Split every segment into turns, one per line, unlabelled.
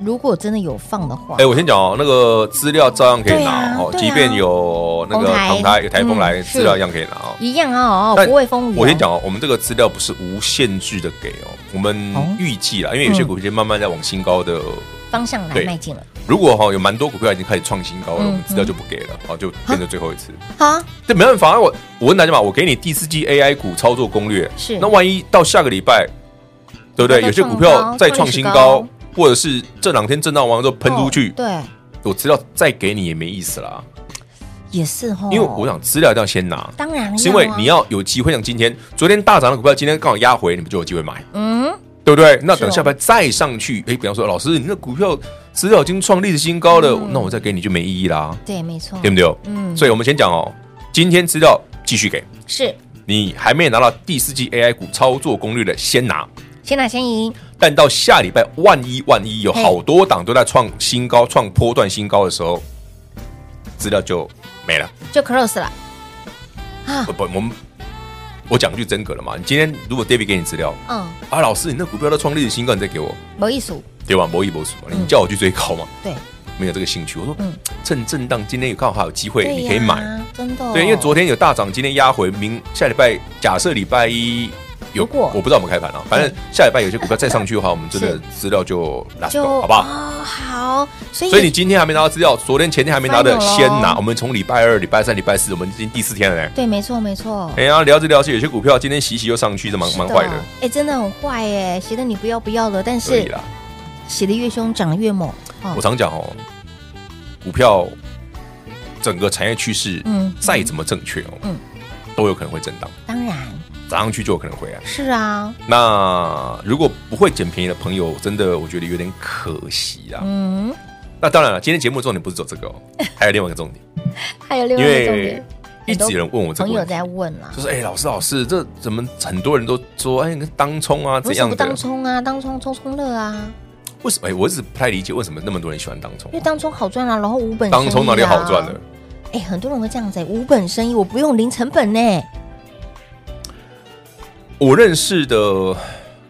如果真的有放的话
哎、，我先讲哦，那个资料照样可以拿哦，
对啊对啊
即便有那个
红台
红台有台风来，
嗯
资料一样可以拿哦。
一样哦，
但
不畏风雨。
我先讲，哦，我们这个资料不是无限制的给哦，我们
哦
预计啦，因为有些
嗯
股票慢慢在往新高的，
方向来
对
迈进了。
如果哈、哦、有蛮多股票已经开始创新高了，
嗯
我们资料就不给了，哦，就变成最后一次。
好，
这没办法，啊，我我问大家嘛，我给你第四季 AI 股操作攻略，
是
那万一到下个礼拜，对不对？
它再
有些
创
股票
高
再
创
创
历史
新
高
高，或者是这两天震荡完之后喷出去
哦，对，
我资料再给你也没意思啦，
也是哦。
因为我想资料一定要先拿，
当然要啊
是因为你要有机会，像今天昨天大涨的股票，今天刚好压回，你们就有机会买，
嗯，
对不对？那等
是哦
下班再上去，哎，比方说老师，你那股票资料已经创历史新高
嗯
了，那我再给你就没意义啦，
对，没错，
对不对？
嗯
所以我们先讲哦，今天资料继续给。
是
你还没拿到第四季 AI 股操作攻略的，先拿。
先打先赢，
但到下礼拜，万一万一有
嘿
好多档都在创新高、创波段新高的时候，资料就没 了。
就 close 了。
不不，我们我讲句真格的嘛，你今天如果 David 给你资料，
嗯，
啊，老师，你那股票都创历史新高，你再给我，
没意思。
对吧？某一某数嘛，你叫我去追高嘛，
对，
没有这个兴趣。我说
嗯，
趁震荡，今天有看好还有机会，
对
你
呀
可以买。，
真的哦。
对，因为昨天有大涨，今天压回，明下礼拜假设礼拜一有，
如果嗯
我不知道我们开盘啊，反正下礼拜有些股票再上去的话，我们真的
是
资料就 last
就
go，好不好？
哦，哎好，所以
所以你今天还没拿到资料，昨天前天还没拿的
Final 咯
先拿。我们从礼拜二、礼拜三、礼拜四，我们已经第四天了嘞。
对，没错，没错。
哎呀，聊着聊着，有些股票今天洗洗又上去，这蛮
是
蛮坏的。
哎，真的很坏哎，写的你不要不要的，但
所以
是
啦，
写的越凶，涨得越猛。哦，
我常讲哦，股票整个产业趋势，
嗯
嗯，再怎么正确哦，
嗯
嗯，都有可能会震荡，
当然
涨上去就有可能回来。
是啊，
那如果不会捡便宜的朋友，真的我觉得有点可惜啦。
嗯，
那当然了，今天节目重点不是走 这个哦，还有另外一个重点，
还有另外
因
一个重
为
点，
一直有人问我这个
朋友
问题，
在问啊啦
就。是哎、老师老师，这怎么很多人都说哎，当冲啊
为
怎
什
样
么
的？
当冲啊？当冲冲冲乐啊，
为什么？哎、我一直不太理解为什么那么多人喜欢当冲
因为。当冲好赚啊，然后无本、
当冲哪里好赚的？？
哎、很多人会这样子、无本生意，我不用零成本呢、
我认识的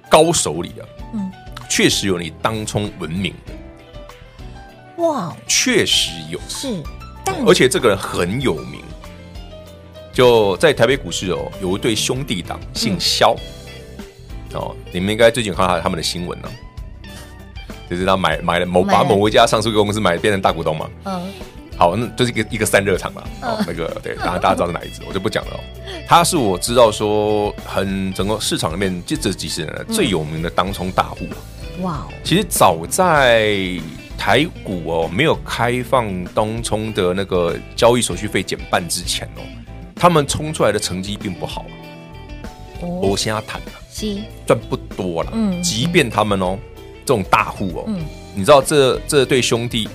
高手里啊，
嗯
嗯，确实有你当冲文明的，
哇，
确实有。
是，但
而且这个人很有名，就在台北股市哦，有一对兄弟党
嗯
姓肖、哦，你们应该最近有看到他们的新闻呢、就是他买买了某
买了
把某一家上市公司买变成大股东嘛，
嗯，
好，那就是一个一个散热厂啦。哦，那个对，大家大家知道是哪一只，我就不讲了、哦。他是我知道说很整个市场里面就这几十年
嗯
来最有名的当冲大户、
哇，
其实早在台股哦没有开放东冲的那个交易手续费减半之前哦，他们冲出来的成绩并不好、啊，
哦，
我先要谈了，
西，
赚不多了。
嗯
即便他们哦这种大户哦，
嗯
你知道这这对兄弟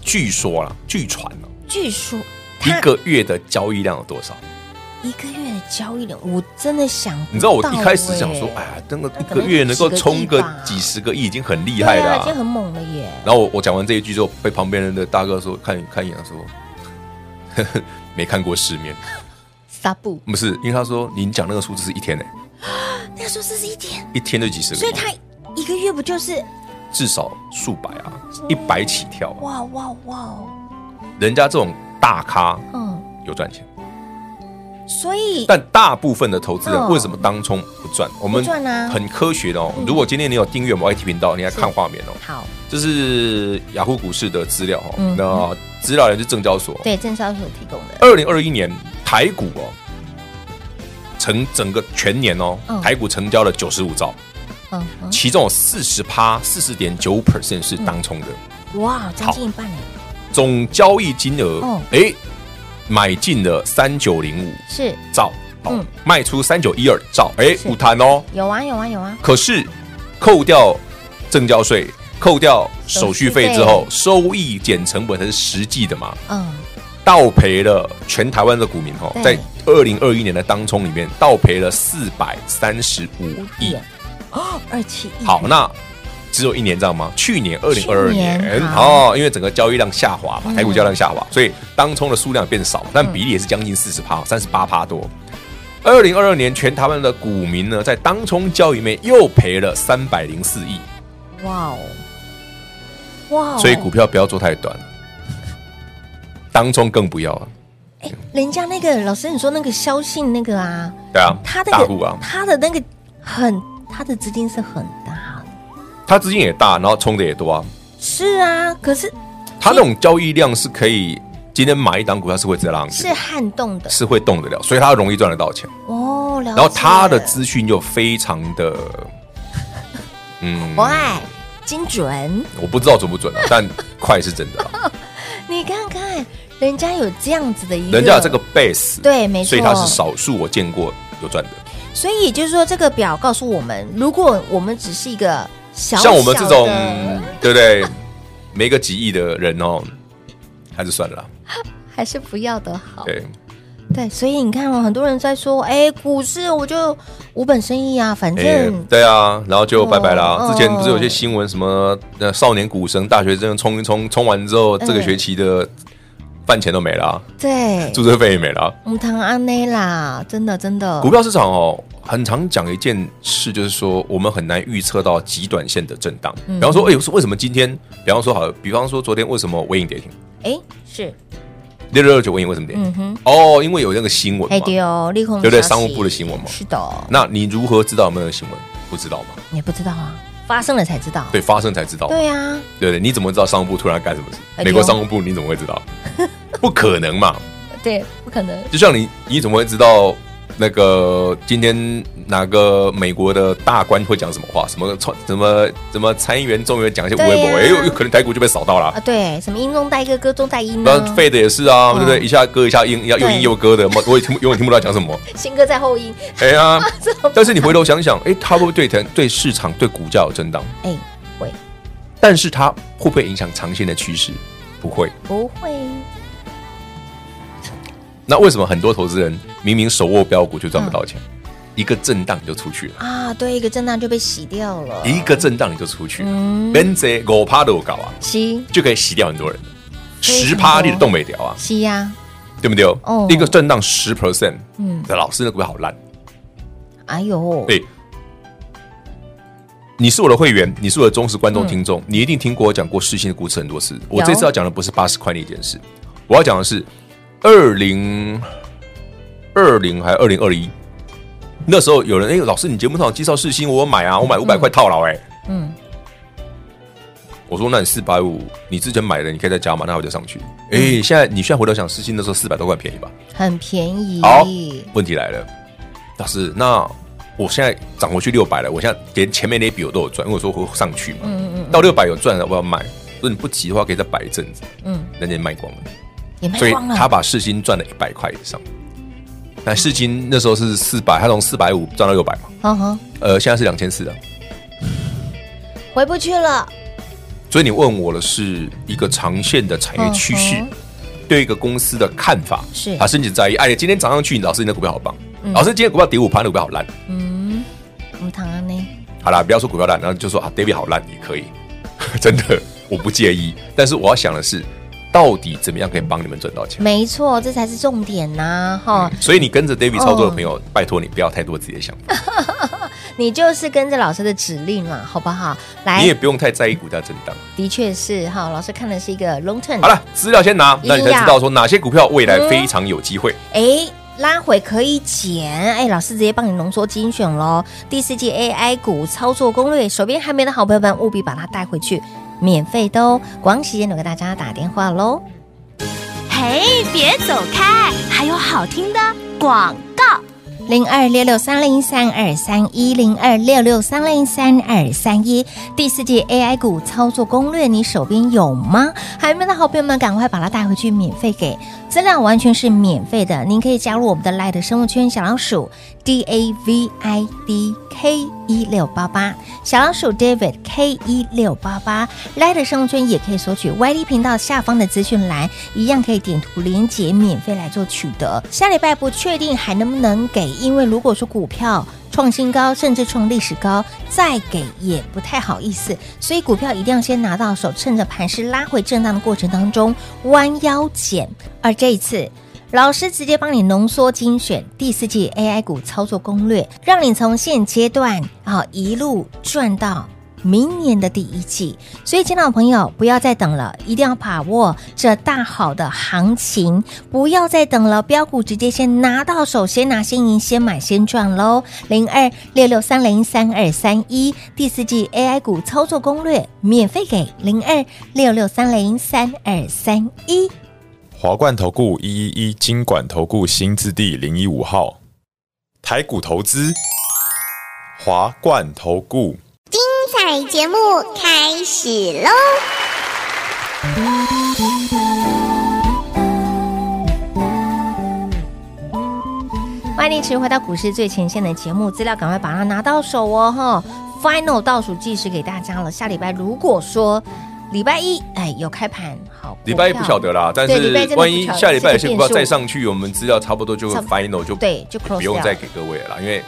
据说啦，据传啦，
据说
一
他
个月的交易量有多少？
一个月的交易量，我真的想不到欸、欸
你知道我一开始想说，哎呀，那个一个月能够冲个几十个亿已经很厉害
对
了
啊，
啊、
已经很猛了耶。
然后我我讲完这一句之后，被旁边人的大哥说看看一眼，说呵呵 没看过世面，
撒布，
不是，因为他说你讲那个数字是一天呢、
那时候这是一天，
一天就几十个
所以
亿，
他一个月不就是
至少数百啊，一百起跳、啊。
哇哇哦哇，
人家这种大咖
嗯，
有赚钱，
所以
但大部分的投资
哦
人为什么当冲不赚？我们
不赚啊
很科学的哦。如果今天你有订阅我们 IT 频道，你来看画面哦，
好，
这是雅虎股市的资料哦。
嗯
那资料人是证交所，啊
对，证交所提供的，
二零二一年台股哦，成整个全年哦，
嗯
台股成交了九十五兆，
嗯嗯，
其中有四十趴四十点九 percent 是当冲的，
哇，将近一半哎，
总交易金额
哦
哎、买进了三九零五
是
兆，哦
嗯
卖出三九一二兆，哎、
是
不谈哦。
有啊有啊有啊，
可是扣掉证交税，扣掉手续费之后，收益减成本才是实际的嘛。
嗯，
倒赔了全台湾的股民哦，
对
在二零二一年的当冲里面倒赔了四百三十五亿。
哦，二七亿，
好，那只有一年这样吗？去年二零二二
去年
年
好
哦，因为整个交易量下滑嘛，
嗯
台股交易量下滑，所以当冲的数量变少，但比例也是将近四十趴，三十八趴多。二零二二年全台湾的股民呢，在当冲交易里面又赔了三百零四亿，
哇哦，哇哦，
所以股票不要做太短，当冲更不要啊，
人家那个老师，你说那个肖信那个啊，
对啊，
他那
大户啊
个，他的那个很，他的资金是很大的，
他资金也大，然后冲的也多啊，
是啊，可是
他那种交易量是可以今天买一档股票是会直接拉上去
是
的，
撼动的
是会动得了，所以他容易赚得到钱。
哦，然
然后他的资讯又非常的，嗯，
哇精准，
我不知道准 不准啊，但快是真的啊，
你看看人家有这样子的一个，
人家有这个 base，
对没错
所以他是少数我见过有赚的。
所以也就是说，这个表告诉我们，如果我们只是一个小
像我们这
小
种
的，
对不对？没个几亿的人哦，还是算了啦。
还是不要的好。
对，
对，所以你看哦，很多人在说，哎，股市我就无本生意啊，反
哎
正，
对啊，然后就拜拜
哦
啦。之前不是有
哦
些新闻什么，呃，少年股神大学生冲一冲，冲完之后，这个学期
哎
的饭钱都没了啊，
对，
注册费也没了啊。
母堂安内啦，真的真的
股，票市场哦，很常讲一件事，就是说我们很难预测到极短线的震荡。
嗯
比方说，哎、是为什么今天？比方说，好了，比方说昨天为什么尾影跌停？
哎，是，
六六六九尾影为什么跌停？
嗯哼，
哦，因为有那个新闻
哎
嘛。
对哦，利空的
对不对
消息
商务部的新闻嘛
是的，
那你如何知道有没有新闻？不知道嘛？
你不知道啊，发生了才知道，
对，发生才知道嘛。
对啊，
对不对？你怎么知道商务部突然干什么事？
哎
美国
呦
商务部你怎么会知道？ 不可能嘛！
对，不可能，
就像你，你怎么会知道那个今天哪个美国的大官会讲什么话？什么川什么什么参议员、众议员讲一些无微
对
博，
啊
哎、有有可能台股就被扫到了
啊，。对，什么音中带一个，歌中带音呢
那？废的也是啊，
嗯
对不对？一下割一下音，要又
对
音又割的，我我也听不永远听不到他讲 什么。
新歌在后音，
哎呀，
这种
但是你回头想想，哎，它会不会对腾对市场对股价有震荡？
哎，会
但是它会不会影响长线的趋势？不会。
不会？
那为什么很多投资人明明手握标股就赚不到钱，一个震荡你就出去了？
啊，对，一个震荡就被洗掉了。
一个震荡你就出去了
嗯
，Benz 五趴都有搞啊，
吸
就可以洗掉很多人。
非
十
常
趴
多
你的动没掉啊，
吸呀，
对不对？
哦
一个震荡十 percent，
嗯
嗯，老师那股票好烂。
哎呦，
哎，你是我的会员，你是我的忠实观众听众，你一定听过我讲过世信的故事很多次。我
嗯有
这次要讲的不是八十块那件事，我要讲的是二零二零还二零二一。那时候有人哎、老师，你节目上有介绍世新，我有买啊，我买五百块套牢哎、
嗯，
我说那你四百五，你之前买的，你可以再加嘛，那我就上去。哎、
嗯
现在你现在回头想，世新那时候四百多块便宜吧？
很便宜。
好，问题来了，老师，那我现在涨回去六百了，我现在连前面那一笔我都有赚，因为我说我会上去嘛，
嗯嗯
到六百有赚了，我要卖。如果你不急的话，可以再摆一阵子，
嗯，
人家也卖光了，
也卖
所以
光了。
他把世金赚了一百块以上。那世金那时候是四百，他从四百五赚到六百嘛，
嗯嗯哼，
呃，现在是两千四了，
回不去了。
所以你问我的是一个长线的产业趋势
嗯哼，
对一个公司的看法
是
啊，甚至在意。哎，今天涨上去，老师你的股票好棒，老师今天股票跌五趴，你的股票好烂。
嗯，唔同啊呢，
好啦，不要说股票烂，然后就说啊，David 好烂也可以， 真的我不介意。但是我要想的是，到底怎么样可以帮你们赚到钱？
没错，这才是重点呐、哈、
所以你跟着 David
哦
操作的朋友，拜托你不要太多自己的想
哎
法，
你就是跟着老师的指令嘛，好不好？来
你也，不用太在意股价震荡。
的确是哈，老师看的是一个 long term。
好，了，资料先拿，
一定
那
要
你才知道说哪些股票未来非常有机会。
哎，拉回可以减，哎，老师直接帮你浓缩精选喽。第四季 AI 股操作攻略，手边还没的好朋友们务必把它带回去，免费的哦。广喜时间留给大家打电话喽。
嘿，别走开，还有好听的广告。
零二六六三零三二三一零二六六三零三二三一第四季 AI 股操作攻略，你手边有吗？还没的好朋友们，赶快把它带回去，免费给资料，完全是免费的。您可以加入我们的 l i g h 生物圈小老鼠 D A V I D K 一六八八，小老鼠 David K 一六八八 l i g h 生物圈也可以索取 YD 频道下方的资讯栏，一样可以点图连接免费来做取得。下礼拜不确定还能不能给，因为如果说股票创新高，甚至创历史高，再给也不太好意思，所以股票一定要先拿到手，趁着盘势拉回震荡的过程当中弯腰捡。而这一次。老师直接帮你浓缩精选第四季 AI 股操作攻略，让你从现阶段啊一路赚到明年的第一季。所以，亲爱的朋友，不要再等了，一定要把握这大好的行情，不要再等了，标股直接先拿到手，先拿先赢，先买先赚喽。零二六六三零三二三一第四季 AI 股操作攻略免费给零二六六三零三二三一。
华冠投顾一一一金管投顾新字第零一五号，台股投资，华冠投顾。
彩节目开始喽！
欢迎你持续回到股市最前线的节目，资料赶快把它拿到手哦！哈，final 倒数计时给大家了。下礼拜如果说礼拜一哎有开盘，好，
礼拜一不晓得啦，但
对礼拜一
是
真的不
万一
晓得
下礼拜有
这
些
个变
股票
数
再上去，我们资料差不多就
差不
final 就
对就 close
不用
掉
再给各位了啦，因为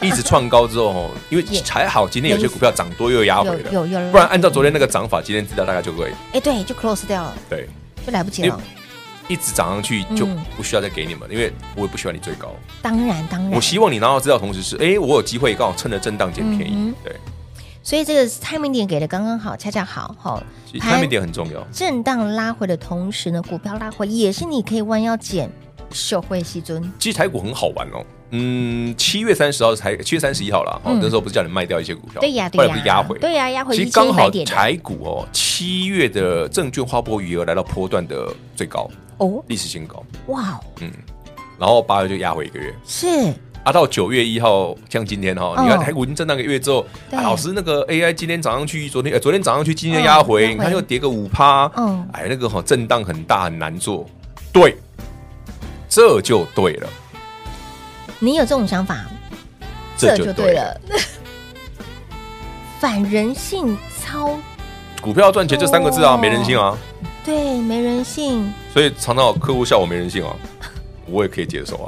一直创高之后 哦，因为
也
还好今天有些股票涨多又压回
有
了，
有有，
不然按照昨天那个涨法，今天资料大概就会
哎对，就 close 掉了，
对
就来不及了。
一直涨上去就
嗯
不需要再给你们，因为我也不喜欢你追高。
当然当然，
我希望你拿到资料，同时是，哎、我有机会刚好趁着震荡捡便宜，
嗯
对，
所以这个 timing 点给的刚刚好，恰恰好哈。
其实
盘
timing 点很重要。
震荡拉回的同时呢，股票拉回也是你可以弯腰捡，手会细尊。
其实台股很好玩哦，嗯，七月三十号才七月三十一号啦，哦、
嗯
那时候不是叫你卖掉一些股票，
对呀
后
对
来不
呀
是，压回，
对呀压回
其
一
实
千
刚
一
好
百点的
台股哦，七月的证券划拨余额来到波段的最高，
哦，
历史新高，
哇哦，
然后八月就压回一个月，
是
啊，到九月一号，像今天哈、
哦
你看台股已经震荡一个月之后，
对
啊老师那个 AI 今天早上去，昨天、呃昨天早上去，今天压
嗯
回，
压回
你看又跌个五趴，
嗯
哎，那个哈、震荡很大，很难做，对，这就对了，
你有这种想法，
对。
这就对了 反人性操，
股票赚钱这三个字啊，
哦
没人性啊，
对，没人性。
所以常常有客户笑我没人性啊，我也可以接受啊。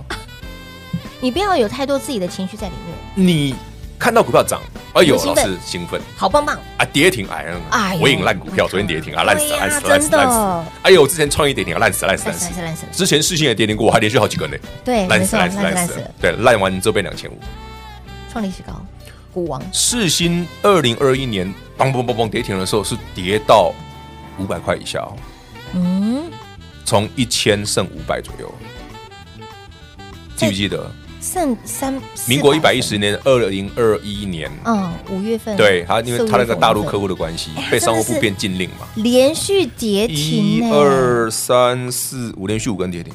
你不要有太多自己的情绪在里面，
你看到股票涨，哎呦，
兴
老
奋
师兴奋
好棒棒，
啊，跌停哎
哎
呀
呦，
我赢烂股票，昨天跌停啊，烂死了
对呀
烂死了烂死
真
了
的
烂死了，哎呦，之前创意跌停啊，烂死了烂死了
烂
烂
死
死
烂
了
死。烂死，
之前世新也跌停过，我还连续好几个呢，
对，
烂
哎没
死
错，
烂
烂
死
死
烂
烂
死
死，，
对，烂完之后变两千五。
创历史高，股王
世新二零二一年嘣嘣嘣嘣跌停的时候是跌到五百块以下哦，
嗯，
从一千剩五百左右，记不记得？
剩三
民国一百一，
400
十年，二零二一年，
嗯，五月份，
对他，因
四
为
五
他那
月
个
份
大陆客户的关系
哎，
被商务
真的
部
是
变禁令嘛，
连续跌停
一
呢，
二三四五连续五根跌停。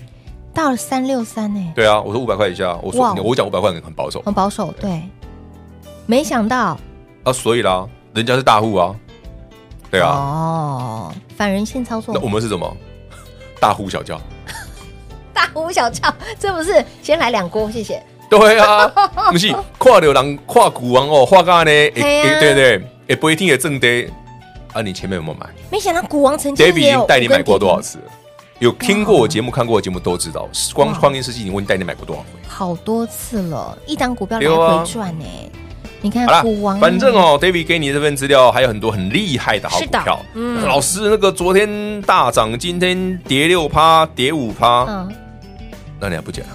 到了三六三呢，
对啊，我说五百块以下，我
哇
说我讲五百块很保守
很保守，对，没想到，
啊，所以啦，人家是大户啊，对啊，
哦，反人性操作
那，我们是什么？ 大呼小叫。
大呼小叫，这不是先来两锅，谢谢。
对啊，不是跨流人跨股王哦，跨干呢？诶
嘿啊
诶对对，也不一定也正的。啊，你前面有没有买
没想到股王曾经
？David 已
也有
经带你买过
五根
多少
跌停？
次了？有听过我节目、看过我节目都知道，光创业世纪，已经问你带你买过多少回？
好多次了，一档股票来
对啊
回赚呢、你看
好啦
股王，，
反正，哦，David 给你这份资料，还有很多很厉害的好
是
股
的
票。
嗯
老师，那个昨天大涨，今天跌六趴，跌五趴，
嗯，
那你还不啊讲？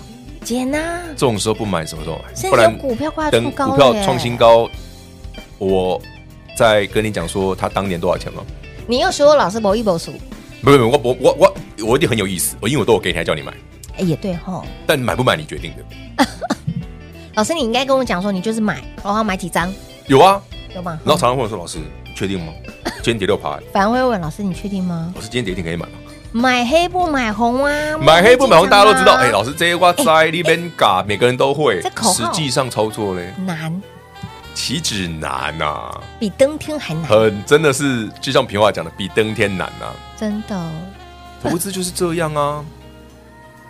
姐呐，
这种时候不买，什么时候买？
甚
不
至有
然
股票挂得
等
出高欸
股票
了耶
创新高，我再跟你讲说它当年多少钱吗？
你又说我老是某一某数，
不不不，我我我我我一定很有意思，我因为我都有给你，还叫你买，
哎也对吼。
但买不买你决定的。
老师，你应该跟我讲说，你就是买，然后买几张，
有啊，
有吗？
然后常常问我说：“老师，你确定吗？今天跌六趴，
反而会问老师，你确定吗？
老师今天跌一定可以买吗？”
买黑不买红啊？
买黑不买红，大家都知道。哎、
老
老师这些瓜在那边嘎， 每个人都会
啊这。口号
实际上操作嘞，
难，
岂止难啊，
比登天还难，
很真的是，就像平话讲的，比登天难啊。
真的。哦
投资就是这样啊，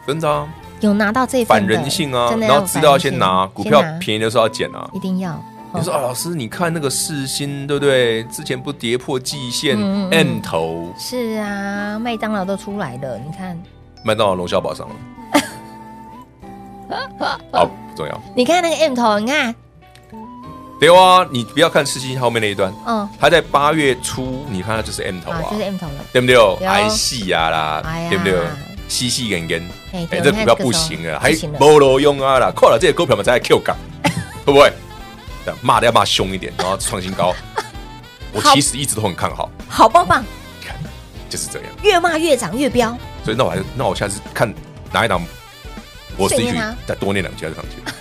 真的啊，
有拿到这份的
反人性啊。
真的
然
要
后资料要
反人
先
性
拿，股票
先拿
便宜的时候要减啊。
一定要。
你说
哦
啊，老师，你看那个世新，对不对？之前不跌破季线
嗯嗯嗯
，M 头
是啊，麦当劳都出来了，你看，
麦当劳龙小 宝上了。好，不重要。
你看那个 M 头，你看，
对啊，你不要看世新后面那一段，
嗯，
它在八月初，你看它就是 M 头啊
啊，，就是 M 头了。
对不对？癌细啊
哎
啦
呀，
对不对？细细根根，
哎对
哎，
你
这股
看
票
这个
不
时候
行了，
不
还
行了
没路用啊啦，扣了这些股票嘛，才 Q 港，会不会？这样骂的要骂凶一点，然后创新高。我其实一直都很看好，
好棒棒，
看就是这样。
越骂越涨越飙，
所以那我还那我下次看哪一档，我自己
谁
去
念啊
再多念两句再上去。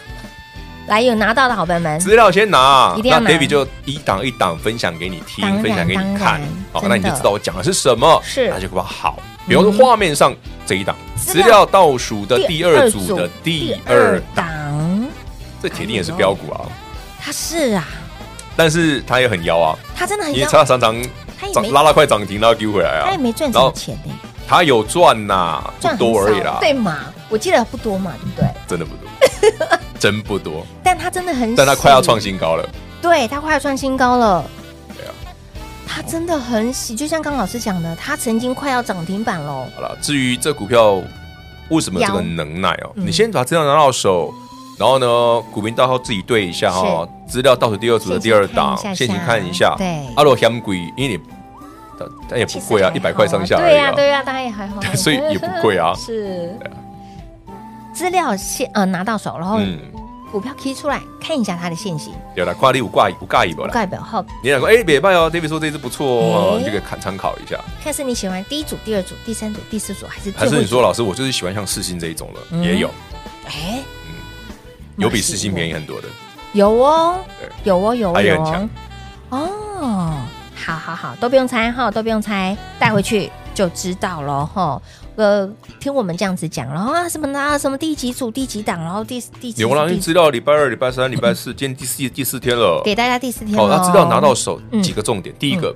来有拿到的好朋友们，
资料先拿，
一定要
那
拿
David 就一档一档分享给你听
当然，
分享给你
当然
看，好，
真的
那你就知道我讲的是什么，
是嗯
那就比较好。比方说画面上这一档资料倒数的第二组的第二档，
档，
这铁定也是
哎
标股啊，
它是啊，
但是它也很妖啊，
它真的很
因为
高，
它常常
它也
涨
没
拉拉快涨停，然后丢回来
它也
啊，
没赚什
然
么
后
钱呢，
它有赚呐，不
赚很
多而已
少
啦，
对嘛？我记得不多嘛，对不对？
真的不多， 真不多，
但它真的很，
但它快要创，新高了，
对，它快要创新高了。
对啊。
它真的很喜，就像刚老师讲的，它曾经快要涨停板喽。
好了，至于这股票为什么有这个能耐哦，
嗯
你先把资料拿到手，然后呢，股民到时候自己对一下哈、哦，资料倒数第二组的第二档，
现
现
行
行
看
看
一
一
下
下。
对
阿罗嫌贵，因为你但但也不贵啊，一
其实还
百
好
块上下而
对
已
呀、
啊，，
对呀、当然也还好
所以也不贵啊
是。资料现呃拿到手，然后
嗯，
股票 key 出来看一下它的现形，
有了，挂历有挂有挂一不啦？
代表后
你两个哎，别拜哦，David 说这只不错哦，
哎
你这个看参考一下。
看是你喜欢第一组、第二组、第三组、第四组，还是
还
最
是
后一
你
组？
说老师，我就是喜欢像世新这一种了，
嗯
也有
哎，
嗯有比世新便宜很多的，
有哦
对，
有哦，有哦，
它也
有
很强
哦。哦，好好好，都不用猜哈，都不用猜，带回去就知道了哈。呃，听我们这样子讲，然后啊什么啊什么第几组、第几档，然后第第几
牛
组
郎
第
因
几
为资料礼拜二、礼拜三、礼拜四，今天第四第四天了，
给大家第四天哦
好，
了
那资料啊拿到手
嗯
几个重点，第一个。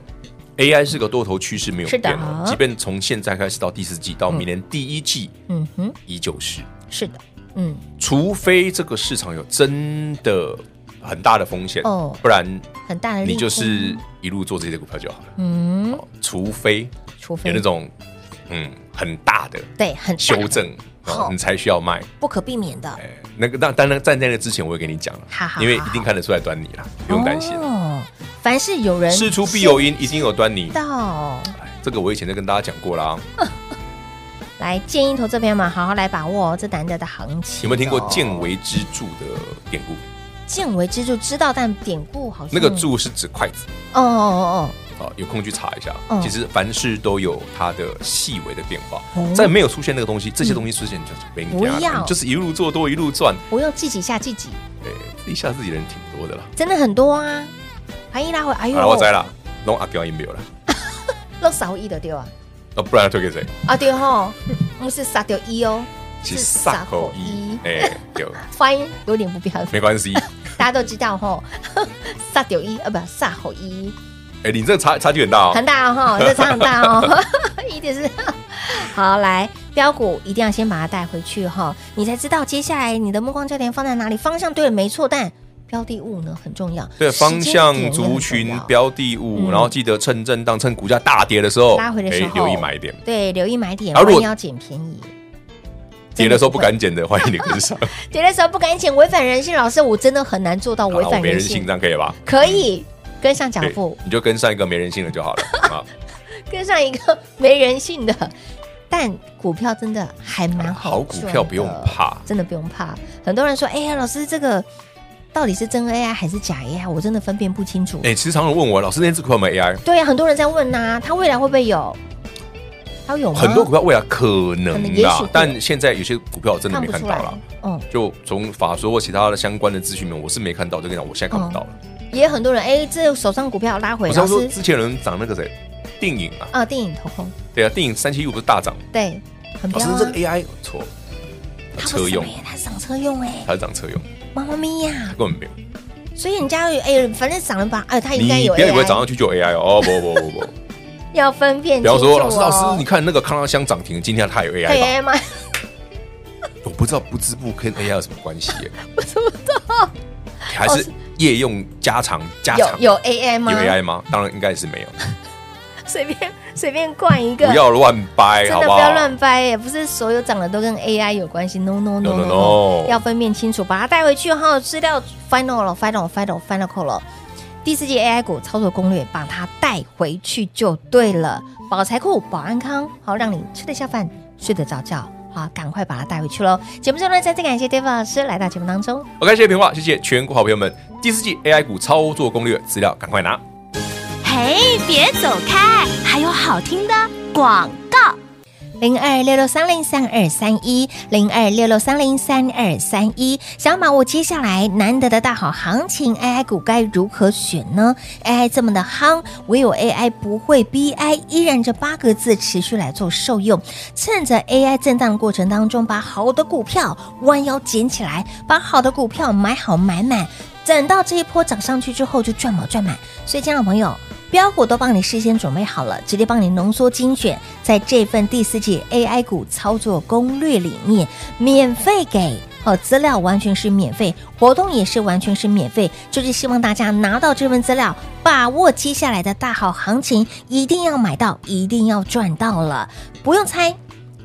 AI 是个多头趋势，没有
是的
变哦。即便从现在开始到第四季，到明年第一季，
嗯哼，
依旧是。
是的，嗯，
除非这个市场有真的很大的风险
哦，哎嗯
不然
很大的利
你
空
就是一路做这些股票就好了。
嗯，
哦除非
除非
有那种嗯很大的
对很大
修正，
好
哦你才需要卖。
不可避免的，
哎那个，那当然在那个之前，我会给你讲了
好好，
因为
好
一定看得出来端倪啦，不用担心。
哦，凡是有人
事出必有因，一定有端倪
先。到。
哎这个我以前就跟大家讲过啦。
来，建议投资朋友们好好来把握哦这难得的行情哦。
有没有听过“见微知著”的典故？
见微知著，知道但典故好像
那个“著”是指筷子
哦哦
啊，有空去查一下
嗯。
其实凡事都有它的细微的变化
哦，嗯
在没有出现那个东西，这些东西出现你就没
不要
你家了你就是一路做多一路赚
哦，，不用记几下记几，
哎，自己吓自己人挺多的啦。
真的很多啊。欢迎拉回，哎
好了，
呦，
我栽了，弄阿彪也没有了，
漏少一的对吧？
那哦不然要推给谁？
啊对吼，不是杀掉一哦，
是萨口一，哎，对，
发音有点不标
没
准，
关系。
大家都知道吼，杀掉一啊不杀好一，
哎，你这个差差距很大哦
很。大哦 吼，这差很大哦， 一定是。好，来标股一定要先把它带回去哈、你才知道接下来你的目光焦点放在哪里，方向对了没错，但标的物呢很重要，
对
时
方
间
向
点也很
族
重
群
要
标的物，
嗯
然后记得趁震荡、趁股价大跌的时候，
拉回的时
哎
候
留意买点。
对留意买点，
啊如
万
果
一要捡便宜。
跌的时候
真的会
不敢捡的，欢迎你跟上。
跌的时候不敢捡，违反人性。老师， 我真的很难做到
好
违
啦我
反
没
人
人性，
性
这，样可以吧？
可以跟上脚
对
步，，
你就跟上一个没人性的 就好了啊。
跟上一个没人性的。但股票真的还蛮
好股
赚
票不用
的
怕
真的不用怕。很多人说：“哎呀，老师，这个到底是真 AI 还是假 AI？我真的分辨不清楚。
哎，时常有人问我，老师那只股票有没有 AI？
对呀、很多人在问呐、它未来会不会有？它有吗？
很多股票未来
可
可
能
能
也许
啦
会，
但现在有些股票我真的
看
没
不
看
出
到
来
了。。
嗯，
就从法说或其他的相关的资讯面，我是没看到，就跟你讲，我现在看不到了。
也很多人哎，这手上股票拉回，
我常
老
说
师
之前有人涨那个谁，电影啊，
啊，电影投空，
对啊，电影三七五不是大涨，
对，很
老
彪
师
啊
这个。AI 不错，车用，
它上车用哎，
它是涨车用，
妈妈咪呀！
根本没有。
所以人家有哎，反正涨了吧，哎，它应该
你
有
不要以为
AI，
涨上去就有 AI 哦，哦不不不不 不，
要分辨
不
清
要
楚
说老师
哦
老师，你看那个康拉香涨停，今天它有
对
AI 吧？
AI 吗？
我不知道不织布跟 AI 有什么关系 耶，我怎么知道？还是夜用加长加
有
长
有 AI
有
吗？
AI 吗？当然应该是没有，
随便随便灌一个，
不要乱
啊
掰，
真
好
的
好？
不要乱掰耶，不是所有涨的都跟 AI 有关系，no no no
No, no, no
要分辨清楚，把它带回去哈，资料 final 了，final final final call 了。第四季 AI 股操作攻略，把它带回去就对了。保财库、保安康，好让你吃得下饭，睡得着觉。好，赶快把它带回去喽！节目中呢，再次感谢 David 老师来到节目当中。
OK，谢谢平话，谢谢全国好朋友们。第四季 AI 股操作攻略资料，赶快拿。
嘿，别走开，还有好听的广告。
零二六六三零三二三一，零二六六三零三二三一。想把握接下来难得的大好行情，AI 股该如何选呢？AI 这么的夯，唯有 AI 不会 BI，依然这八个字持续来做受用。趁着 AI 震荡的过程当中，把好的股票弯腰捡起来，把好的股票买好买满，等到这一波涨上去之后就赚饱赚满。所以，亲爱的朋友，标股都帮你事先准备好了，直接帮你浓缩精选，在这份第四季 AI 股操作攻略里面免费给。哦，资料完全是免费，活动也是完全是免费，就是希望大家拿到这份资料，把握接下来的大好行情，一定要买到，一定要赚到了，不用猜，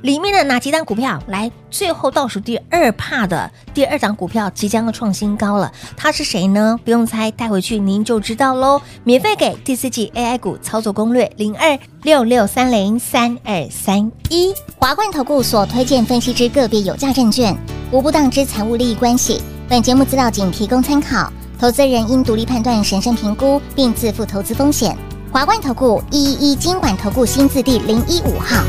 里面的哪几档股票？来，最后倒数第二帕的第二档股票即将要创新高了，它是谁呢？不用猜，带回去您就知道喽。免费给第四季 AI 股操作攻略零二六六三零三二三
一华冠投顾所推荐分析之个别有价证券，无不当之财务利益关系。本节目资料仅提供参考，投资人应独立判断、审慎评估，并自负投资风险。华冠投顾一一一金管投顾新字第零一五号。